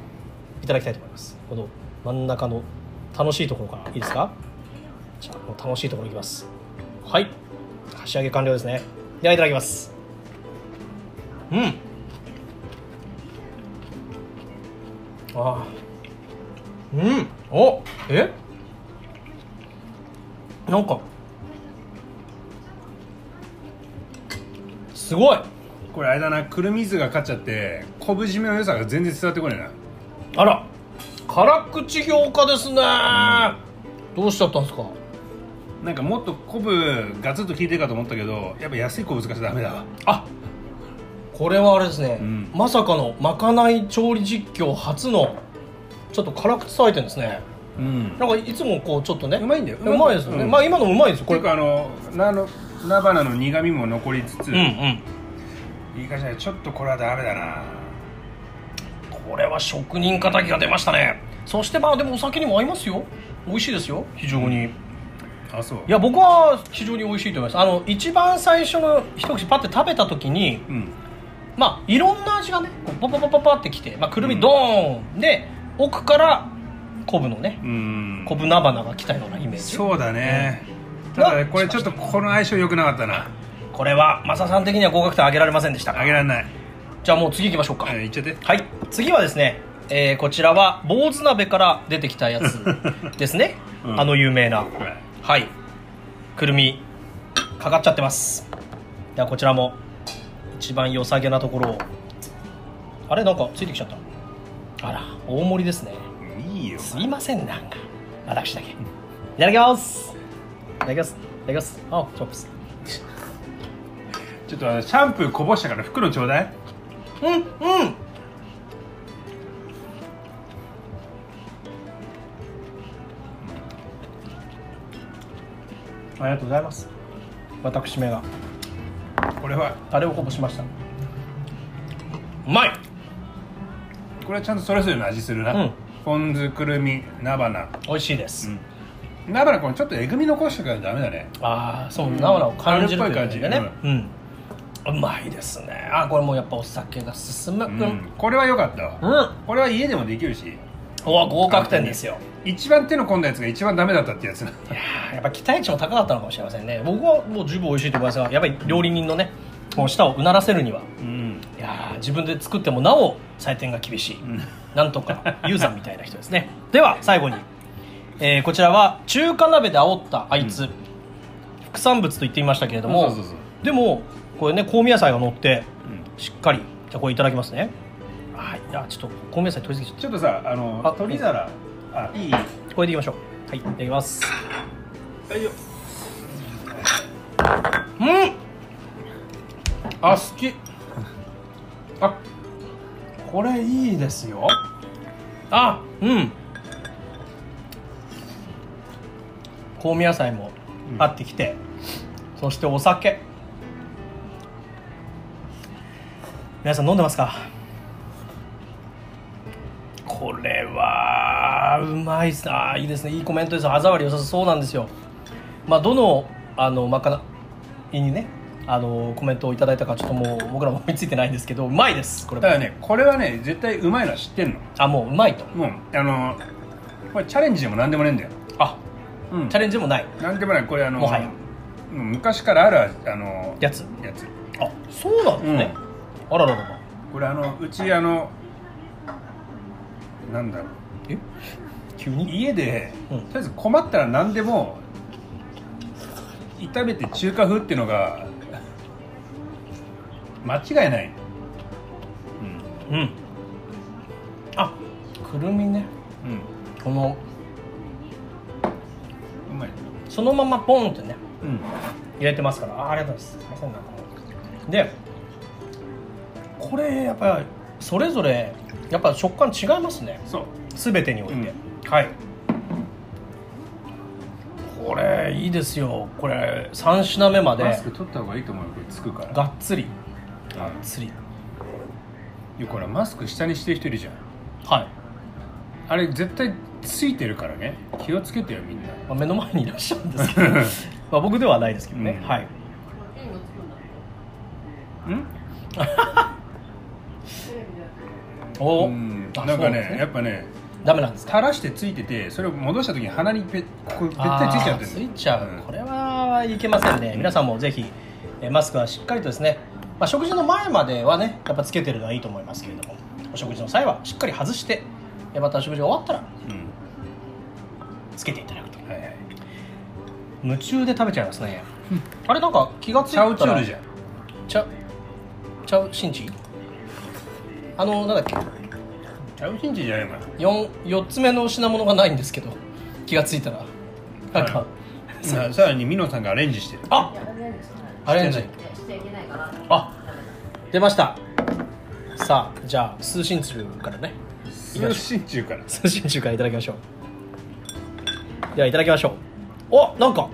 [SPEAKER 1] いただきたいと思いますこの真ん中の楽しいところからいいですかじゃあこの楽しいところいきますはい箸上げ完了ですねではいただきますうんああうんおえなんかすごい
[SPEAKER 2] これあれだなくるみ酢が勝っちゃって昆布締めの良さが全然伝わってこないな
[SPEAKER 1] あら辛口評価ですね、どうしちゃったんですか
[SPEAKER 2] なんかもっと昆布ガツッと効いてるかと思ったけどやっぱ安い昆布使っちゃダメだわ
[SPEAKER 1] あこれはあれですね、
[SPEAKER 2] うん
[SPEAKER 1] まさかのまかない調理実況初のちょっと辛口採点ですね
[SPEAKER 2] うん
[SPEAKER 1] なんかいつもこうちょっとね
[SPEAKER 2] うまいんだよ
[SPEAKER 1] うまいですよね、
[SPEAKER 2] うん
[SPEAKER 1] まあ今のもうまいですよこ
[SPEAKER 2] こ
[SPEAKER 1] れ
[SPEAKER 2] れかあのなの菜花の苦みも残りつつ、
[SPEAKER 1] うんうん
[SPEAKER 2] いい感じだねちょっとこれはダメだな
[SPEAKER 1] これは職人仇が出ましたねそしてまあでもお酒にも合いますよ美味しいですよ非常に、
[SPEAKER 2] あそう
[SPEAKER 1] いや僕は非常に美味しいと思いますあの一番最初の一口パッて食べた時に
[SPEAKER 2] うん
[SPEAKER 1] まあいろんな味がねこうパパパパパってきて、まあ、くるみドーン、で奥から昆布のね
[SPEAKER 2] うん
[SPEAKER 1] 昆布菜花が来たようなイメージ
[SPEAKER 2] そうだね、
[SPEAKER 1] うん
[SPEAKER 2] ただ
[SPEAKER 1] な
[SPEAKER 2] これちょっとこの相性良くなかったな
[SPEAKER 1] これはマサさん的には合格点上げられませんでした
[SPEAKER 2] あげられない
[SPEAKER 1] じゃあもう次行きましょうか、
[SPEAKER 2] うんいっちゃって
[SPEAKER 1] はい次はですね、えーこちらは坊主鍋から出てきたや つですね、
[SPEAKER 2] うん
[SPEAKER 1] あの有名な
[SPEAKER 2] はい
[SPEAKER 1] はいくるみかかっちゃってますではこちらも一番良さげなところをあれなんかついてきちゃったあら大盛りですね
[SPEAKER 2] いいよ
[SPEAKER 1] すいませんなんか私だけいただきますいただきますいただきますあチョップス
[SPEAKER 2] ちょっとあのシャンプーこぼしたから袋ちょうだい
[SPEAKER 1] うんうんありがとうございます私めが
[SPEAKER 2] これは
[SPEAKER 1] タレをこぼしましたうまい
[SPEAKER 2] これはちゃんとそれぞれの味するな、
[SPEAKER 1] うん
[SPEAKER 2] ポン酢くるみ菜花
[SPEAKER 1] 美味しいです、
[SPEAKER 2] 菜花これちょっとえぐみ残してからダメだね
[SPEAKER 1] ああそう生のを感じるという
[SPEAKER 2] 春っぽい感じ
[SPEAKER 1] かねうん、うまいですねあーこれもやっぱお酒が進むう、
[SPEAKER 2] うんん、
[SPEAKER 1] うん
[SPEAKER 2] これは良かったわ、これは家でもできるし
[SPEAKER 1] うわ合格点ですよ
[SPEAKER 2] 一番手の込んだやつが一番ダメだったってやつな
[SPEAKER 1] いやーやっぱ期待値も高かったのかもしれませんね僕はもう十分美味しいと思いますがやっぱり料理人のねもう舌をうならせるには
[SPEAKER 2] うん、
[SPEAKER 1] いやー自分で作ってもなお採点が厳しい、
[SPEAKER 2] うん
[SPEAKER 1] なんとかユーザーみたいな人ですねでは最後に、えーこちらは中華鍋で煽ったあいつ、副産物と言っていましたけれども
[SPEAKER 2] そうそうそう
[SPEAKER 1] でもこれね香味野菜が乗って
[SPEAKER 2] うん
[SPEAKER 1] しっかりじゃあこれいただきますねはいいやちょっと香味野菜取りすぎちゃっ
[SPEAKER 2] ちょっとさあの
[SPEAKER 1] あ
[SPEAKER 2] 鶏皿あいい
[SPEAKER 1] たこれでいきましょうはいいただきます
[SPEAKER 2] 大丈
[SPEAKER 1] う
[SPEAKER 2] 夫
[SPEAKER 1] ん
[SPEAKER 2] あ好きあ
[SPEAKER 1] これいいですよあうん香味野菜も
[SPEAKER 2] うん
[SPEAKER 1] あってきて、そしてお酒皆さん飲んでますかこれはうまいさいいですねいいコメントです歯触り良さそうなんですよまあどのあのまかないにねあのコメントをいただいたかちょっともう僕らも追いついてないんですけどうまいですこれ
[SPEAKER 2] だ
[SPEAKER 1] も
[SPEAKER 2] からねこれはね絶対うまいのは知ってんの
[SPEAKER 1] あもううまいと
[SPEAKER 2] もうあのこれチャレンジでも何でもねえんだよ
[SPEAKER 1] あ
[SPEAKER 2] うん
[SPEAKER 1] チャレンジでもない
[SPEAKER 2] なんでもないこれあの
[SPEAKER 1] もはや
[SPEAKER 2] うん昔からあるあの
[SPEAKER 1] やつ
[SPEAKER 2] やつ
[SPEAKER 1] あそうなんですね、あらららら
[SPEAKER 2] ここれあのうちあのなんだろう
[SPEAKER 1] え急に
[SPEAKER 2] 家で、
[SPEAKER 1] うん
[SPEAKER 2] とりあえず困ったら何でも炒めて中華風っていうのが間違いない、
[SPEAKER 1] うんあくるみね
[SPEAKER 2] うんうん、
[SPEAKER 1] この
[SPEAKER 2] うまい、
[SPEAKER 1] そのままポンってね
[SPEAKER 2] うん、
[SPEAKER 1] 入れてますからあありがとうございますすいませんなんかでこれやっぱりそれぞれやっぱ食感違いますね
[SPEAKER 2] そう
[SPEAKER 1] 全てにおいて、はいこれいいですよこれ3品目まで
[SPEAKER 2] マスク取った方がいいと思うよこれつくから
[SPEAKER 1] がっつり
[SPEAKER 2] うん
[SPEAKER 1] がっつり
[SPEAKER 2] いやこれマスク下にしてる人いるじゃん
[SPEAKER 1] はい、
[SPEAKER 2] あれ絶対ついてるからね気をつけてよみんな
[SPEAKER 1] まあ、目の前にいらっしゃるんです けどまあ僕ではないですけどね、
[SPEAKER 2] うん
[SPEAKER 1] はい
[SPEAKER 2] うん
[SPEAKER 1] おお、
[SPEAKER 2] うん
[SPEAKER 1] あ
[SPEAKER 2] なん
[SPEAKER 1] そう
[SPEAKER 2] かね
[SPEAKER 1] です
[SPEAKER 2] やっぱね
[SPEAKER 1] ダメなんですか
[SPEAKER 2] 垂らしてついててそれを戻した時に鼻にぺこう絶対ついちゃって
[SPEAKER 1] あ
[SPEAKER 2] る
[SPEAKER 1] ーついちゃう、
[SPEAKER 2] ん
[SPEAKER 1] これはいけませんね皆さんもぜひえーマスクはしっかりとですね、まあ、食事の前まではねやっぱつけてるのはいいと思いますけれどもお食事の際はしっかり外してえーまた食事が終わったら
[SPEAKER 2] う
[SPEAKER 1] つけていただくと
[SPEAKER 2] んはいはい
[SPEAKER 1] 夢中で食べちゃいますねあれなんか気がつい
[SPEAKER 2] チ
[SPEAKER 1] た
[SPEAKER 2] ャ
[SPEAKER 1] ら
[SPEAKER 2] ウチュールじゃん
[SPEAKER 1] チャチャウシンチあのなんだっけ
[SPEAKER 2] チャウチンチじゃないかな
[SPEAKER 1] 4, 四つ目の品物がないんですけど気がついたらなんか、
[SPEAKER 2] はささらにミノさんがアレンジしてる
[SPEAKER 1] あアレンジ
[SPEAKER 2] して
[SPEAKER 1] あ出ましたさあじゃあ通信中からね
[SPEAKER 2] 通信中から
[SPEAKER 1] 通信中からいただきましょうではいただきましょうおなんか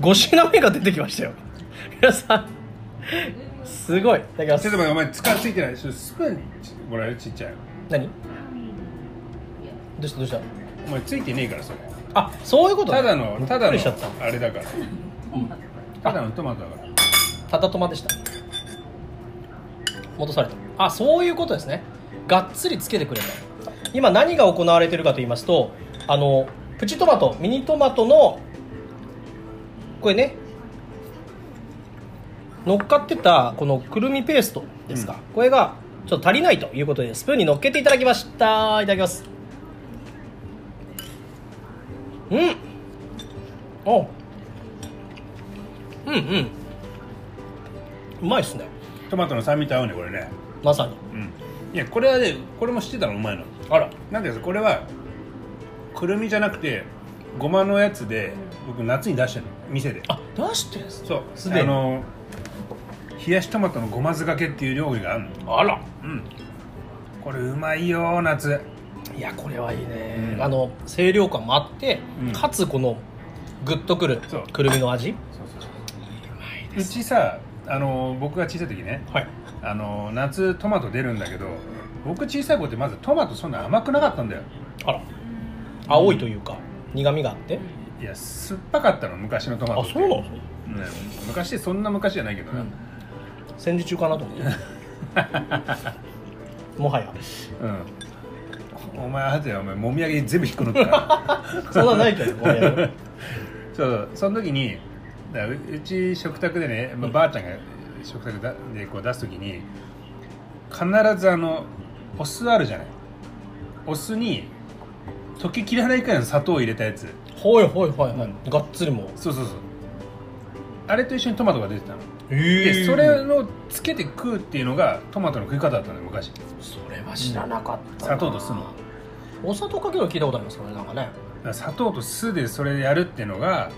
[SPEAKER 1] 5品目が出てきましたよ皆さんすごいいただきま
[SPEAKER 2] ちょ
[SPEAKER 1] す
[SPEAKER 2] っと待ってお前つかついてないちょっとスプーンちもらえるちっちゃいの
[SPEAKER 1] 何どうしたどうした
[SPEAKER 2] お前ついてねえからそれ
[SPEAKER 1] あそういうことね
[SPEAKER 2] ただのただ
[SPEAKER 1] びっくりしちゃった
[SPEAKER 2] のあれだからただのトマトだから
[SPEAKER 1] ただとまでした戻されたあそういうことですねがっつりつけてくれた今何が行われてるかと言いますとあのプチトマトミニトマトのこれね乗っかってたこのくるみペーストですか、これがちょっと足りないということでスプーンに乗っけていただきましたいただきますうんおううんうんうまいっすね
[SPEAKER 2] トマトの酸味と合うねこれね
[SPEAKER 1] まさに
[SPEAKER 2] うんいやこれはねこれも知ってたのうまいの
[SPEAKER 1] あら
[SPEAKER 2] なんですこれはくるみじゃなくてごまのやつで僕夏に出してるの店で
[SPEAKER 1] あ出してるんす
[SPEAKER 2] そう
[SPEAKER 1] すでに
[SPEAKER 2] あの冷やしトマトのごま酢がけっていう料理があるの
[SPEAKER 1] あら
[SPEAKER 2] うんこれうまいよ夏
[SPEAKER 1] いやこれはいいね、
[SPEAKER 2] うん
[SPEAKER 1] あの清涼感もあって、
[SPEAKER 2] うん
[SPEAKER 1] かつこのグッとくる
[SPEAKER 2] そう
[SPEAKER 1] くるみの味
[SPEAKER 2] そうそうそううちさあの僕が小さい時ね
[SPEAKER 1] はい
[SPEAKER 2] あの夏トマト出るんだけど僕小さい頃ってまずトマトそんな甘くなかったんだよ
[SPEAKER 1] あら青いというか苦みがあって
[SPEAKER 2] いや酸っぱかったの昔のトマト
[SPEAKER 1] あ
[SPEAKER 2] って
[SPEAKER 1] そうなんですね
[SPEAKER 2] ね昔そんな昔じゃないけどな、
[SPEAKER 1] うん戦時中かな と思ってもはや
[SPEAKER 2] うん、お前あとやお前もみあげ全部引っこ抜くから
[SPEAKER 1] そんなんないけどもは や
[SPEAKER 2] そうその時にだからううち食卓でね、まあ、ばあちゃんが食卓だでこう出す時に必ずあのお酢あるじゃないお酢に溶けきらないくらいの砂糖を入れたやつ
[SPEAKER 1] ほいほいほいは
[SPEAKER 2] う
[SPEAKER 1] いがっつりも
[SPEAKER 2] そうそうそうあれと一緒にトマトが出てたの
[SPEAKER 1] え
[SPEAKER 2] でそれのつけて食うっていうのがトマトの食い方だったのよ昔
[SPEAKER 1] それは知らなかった
[SPEAKER 2] 砂糖と酢のだか
[SPEAKER 1] お砂糖かけるの聞いたことありますかねなんかね
[SPEAKER 2] ら砂糖と酢でそれやるっていうのが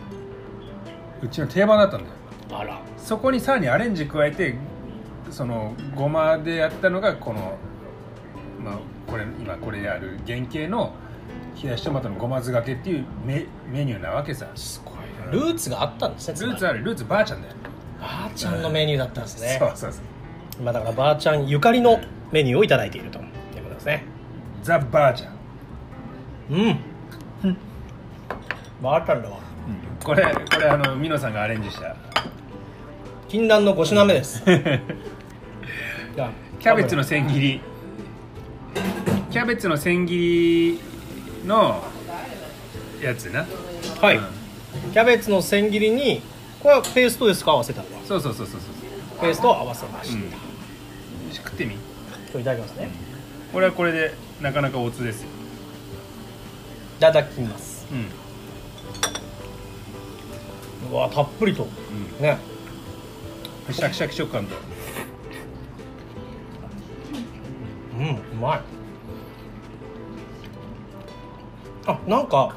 [SPEAKER 2] うちの定番だったんだよ
[SPEAKER 1] あら
[SPEAKER 2] そこにさらにアレンジ加えてそのごまでやったのがこの、まあ、これ今これである原型の冷やしトマトのごま酢がけっていうメメニューなわけさ
[SPEAKER 1] すごいなルーツがあったんですねつま
[SPEAKER 2] ル
[SPEAKER 1] り
[SPEAKER 2] ーツあるルーツばあちゃんだよ、
[SPEAKER 1] ばあちゃんのメニューだったんですね
[SPEAKER 2] そうそうそう
[SPEAKER 1] まあだからばあちゃんゆかりのメニューをいただいているということですね
[SPEAKER 2] ザ・ばあちゃん、
[SPEAKER 1] うんばあちゃんだわ
[SPEAKER 2] これこれあのミノさんがアレンジした
[SPEAKER 1] 禁断の5品目です じゃあ
[SPEAKER 2] キャベツの千切りキャベツの千切りのやつな
[SPEAKER 1] はい、
[SPEAKER 2] うん
[SPEAKER 1] キャベツの千切りにこれはペーストですか合わせたのは
[SPEAKER 2] そうそうそうそうそう
[SPEAKER 1] ペーストを合わせました、
[SPEAKER 2] うん食ってみ
[SPEAKER 1] といただきますね
[SPEAKER 2] これはこれでなかなかおつですよ、
[SPEAKER 1] いただきます
[SPEAKER 2] うん
[SPEAKER 1] うわたっぷりとね
[SPEAKER 2] うん、シャキシャキ食感と
[SPEAKER 1] うんうまいあなんか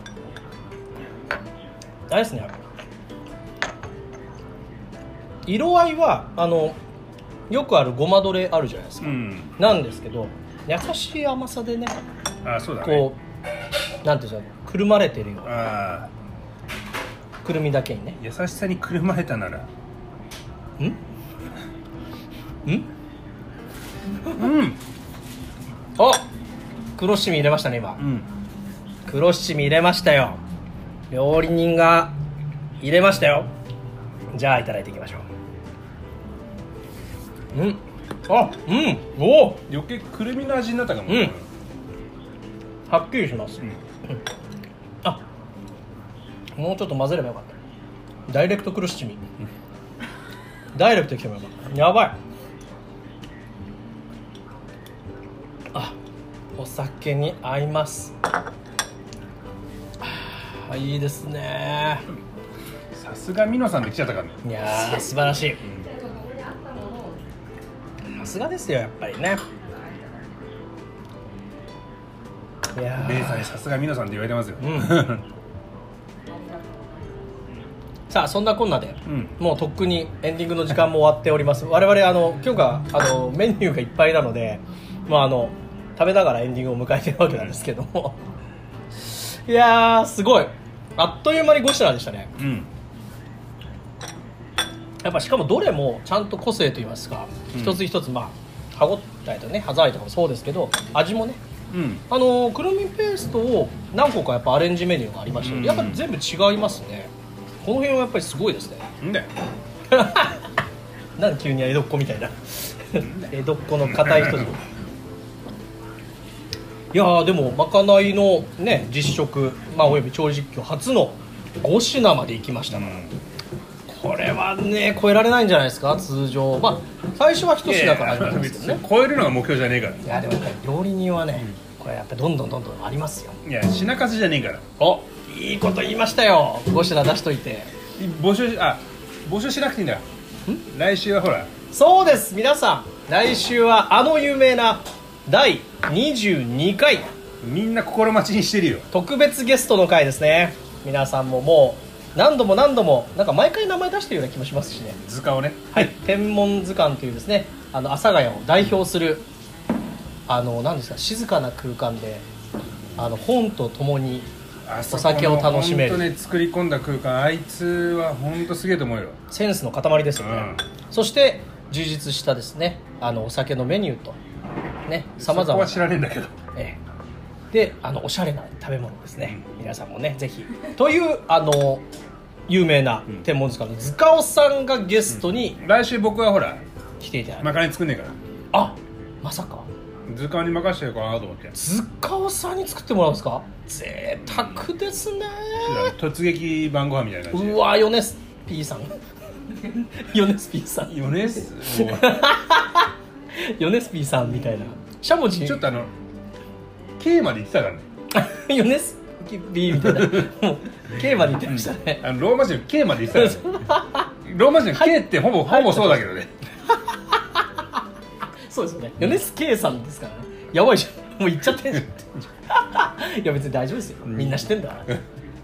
[SPEAKER 1] あれですね色合いはあのよくあるごまどれあるじゃないです
[SPEAKER 2] う
[SPEAKER 1] か、
[SPEAKER 2] ん
[SPEAKER 1] なんですけど優しい甘さでね
[SPEAKER 2] あそうだね
[SPEAKER 1] こうなんていうんですかくるまれてるような
[SPEAKER 2] あ
[SPEAKER 1] くるみだけにね
[SPEAKER 2] ー優しさにくるまれたなら
[SPEAKER 1] んん
[SPEAKER 2] うん
[SPEAKER 1] あ黒七味入れましたね今
[SPEAKER 2] うん
[SPEAKER 1] 黒七味入れましたよ料理人が入れましたよじゃあいただいていきましょううんあうんおお
[SPEAKER 2] 余計くるみの味になったかも、
[SPEAKER 1] うんはっきりします
[SPEAKER 2] うん
[SPEAKER 1] あもうちょっと混ぜればよかったダイレクト黒七味ダイレクトいけばよかったやばいあお酒に合いますあーいいですね
[SPEAKER 2] さすがミノさんで来ちゃったからね
[SPEAKER 1] いやー素晴らしいさすがですよやっぱりねいや
[SPEAKER 2] ベイさんにさすがミノさんって言われてますよ、
[SPEAKER 1] さあそんなこんなで、
[SPEAKER 2] うん
[SPEAKER 1] もうとっくにエンディングの時間も終わっております 我々あの今日があ のメニューがいっぱいなので、まあ、あの食べながらエンディングを迎えてるわけなんですけども いやーすごいあっという間に5品でしたね
[SPEAKER 2] うん
[SPEAKER 1] やっぱしかもどれもちゃんと個性といいますか、
[SPEAKER 2] うん
[SPEAKER 1] 一つ一つまあ歯ごたえとね歯触りとかもそうですけど味もね
[SPEAKER 2] うん
[SPEAKER 1] あのーくるみペーストを何個かやっぱアレンジメニューがありましたけどやっぱ全部違いますねこの辺はやっぱりすごいですね
[SPEAKER 2] うんだよ
[SPEAKER 1] なんで急に江戸っ子みた いな江戸っ子の硬い人にいやーでもまかないのね実食、まあ、および調理実況初の5品までいきました
[SPEAKER 2] う
[SPEAKER 1] から
[SPEAKER 2] ん
[SPEAKER 1] これはね超えられないんじゃないですか通常まあ最初は一品から始まりますけどね
[SPEAKER 2] 超えるのが目標じゃねえから
[SPEAKER 1] いやでもやっぱり料理人はねこれやっぱりどんどんどんどんありますよ
[SPEAKER 2] いや品数じゃねえから
[SPEAKER 1] おいいこと言いましたよ5品出しといて
[SPEAKER 2] 募集しあ募集しなくていいんだ来週はほら
[SPEAKER 1] そうです皆さん来週はあの有名な第22回
[SPEAKER 2] みんな心待ちにしてるよ
[SPEAKER 1] 特別ゲストの回ですね皆さんももう何度も何度もなんか毎回名前出してるような気もしますしね
[SPEAKER 2] 図鑑をね
[SPEAKER 1] はい、天文図鑑というですねあの阿佐ヶ谷を代表するあの何ですか静かな空間であの本とともに
[SPEAKER 2] あそ
[SPEAKER 1] お酒を楽しめる
[SPEAKER 2] 本当ね作り込んだ空間あいつは本当すげえと思うよ
[SPEAKER 1] センスの塊です
[SPEAKER 2] う
[SPEAKER 1] よね、
[SPEAKER 2] ん
[SPEAKER 1] そして充実したですねあのお酒のメニューとねさま
[SPEAKER 2] そ
[SPEAKER 1] ざ
[SPEAKER 2] こ
[SPEAKER 1] ま
[SPEAKER 2] は知らねえんだけど
[SPEAKER 1] ええであのおしゃれな食べ物ですね皆さんもねぜひというあの有名な
[SPEAKER 2] うん
[SPEAKER 1] 天文図鑑の塚尾さんがゲストに
[SPEAKER 2] 来週僕はほら
[SPEAKER 1] 来ていただいて、
[SPEAKER 2] まかない作んねえから
[SPEAKER 1] あまさか
[SPEAKER 2] 図鑑に任せてようかなと思って
[SPEAKER 1] 塚尾さんに作ってもらうんですか贅沢ですね
[SPEAKER 2] 突撃晩ご飯みたいな感じ
[SPEAKER 1] うわヨネスピーさん ヨネスピーさん
[SPEAKER 2] ヨネスも
[SPEAKER 1] ヨネスピーさんみたいなしゃもじ
[SPEAKER 2] うちょっとあの K まで行ってたからね
[SPEAKER 1] ヨネスピーみたいなもう K まで言ってましたね、
[SPEAKER 2] あのローマ字の K まで言ってたからねローマ字の K ってほぼ、
[SPEAKER 1] はい
[SPEAKER 2] ほぼそうだけどね
[SPEAKER 1] そうですよね米津圭さんですからねやばいじゃんもう行っちゃってんじゃんいや別に大丈夫ですよ
[SPEAKER 2] ん
[SPEAKER 1] みんな知ってんだから、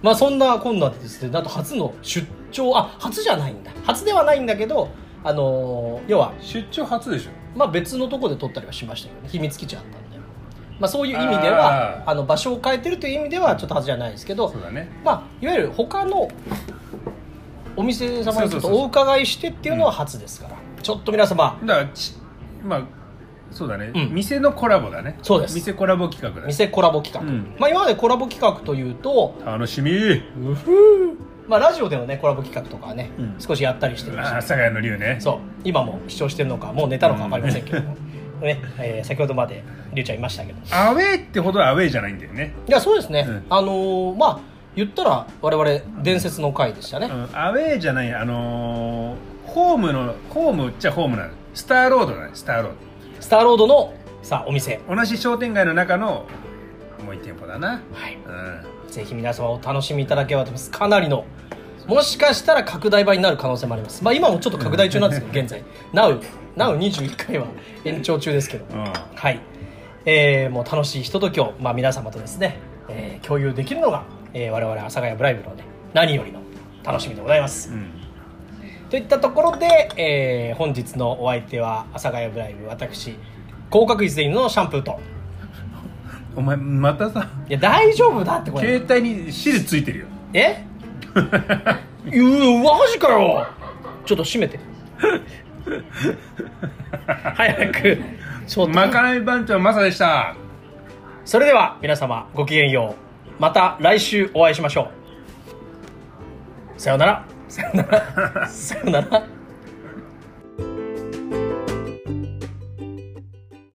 [SPEAKER 1] まあそんなこんなでですねなんと初の出張あ初じゃないんだ初ではないんだけどあのー要は、
[SPEAKER 2] 出張初でしょ
[SPEAKER 1] まあ、別のとこで撮ったりはしましたけどね秘密基地あったんで、まあ、そういう意味では
[SPEAKER 2] あ
[SPEAKER 1] あの場所を変えてるという意味ではちょっと初じゃないですけど
[SPEAKER 2] そうだね
[SPEAKER 1] まあいわゆる他のお店様にちょっとお伺いしてっていうのは初ですからちょっと皆様
[SPEAKER 2] だからちまあそうだね、
[SPEAKER 1] うん
[SPEAKER 2] 店のコラボだね
[SPEAKER 1] そうです
[SPEAKER 2] 店コラボ企画だね
[SPEAKER 1] 店コラボ企画、
[SPEAKER 2] うん
[SPEAKER 1] まあ、今までコラボ企画というと、
[SPEAKER 2] 楽しみ
[SPEAKER 1] まあ、ラジオでの、ね、コラボ企画とかはね、
[SPEAKER 2] うん
[SPEAKER 1] 少しやったりして
[SPEAKER 2] 阿
[SPEAKER 1] ました
[SPEAKER 2] 佐ヶ谷の竜ね
[SPEAKER 1] そう今も視聴してるのかもう寝たのか分かりませんけども、ねえー先ほどまでりゅうちゃんいましたけど
[SPEAKER 2] アウェーってほどアウェーじゃないんだよね、
[SPEAKER 1] いやそうですね、
[SPEAKER 2] うん
[SPEAKER 1] あのーまあ言ったら我々伝説の回でしたね、
[SPEAKER 2] うんアウェーじゃないあのーホームのホームっちゃホームなのスターロードだねスターロード
[SPEAKER 1] スターロードのさあお店
[SPEAKER 2] 同じ商店街の中のもう一店舗だな
[SPEAKER 1] はい
[SPEAKER 2] うん
[SPEAKER 1] ぜひ皆様お楽しみいただければと思いますかなりのもしかしたら拡大版になる可能性もありますまあ今もちょっと拡大中なんですけど現在 NOW NOW21 回は延長中ですけど
[SPEAKER 2] うん
[SPEAKER 1] はい、えーもう楽しいひとときを、まあ、皆様とですね、えー共有できるのが、えー我々阿佐ヶ谷ブライブのね何よりの楽しみでございます、
[SPEAKER 2] うん
[SPEAKER 1] といったところで、えー本日のお相手は阿佐ヶ谷ブライブ私合格率でいいのシャンプーと
[SPEAKER 2] お前またさ
[SPEAKER 1] いや大丈夫だってこれ
[SPEAKER 2] 携帯に汁ついてるよ
[SPEAKER 1] えうわマジかよちょっと閉めて早くちょっと
[SPEAKER 2] まかない番長マサでした
[SPEAKER 1] それでは皆様ごきげんようまた来週お会いしましょうさようならさようならさようなら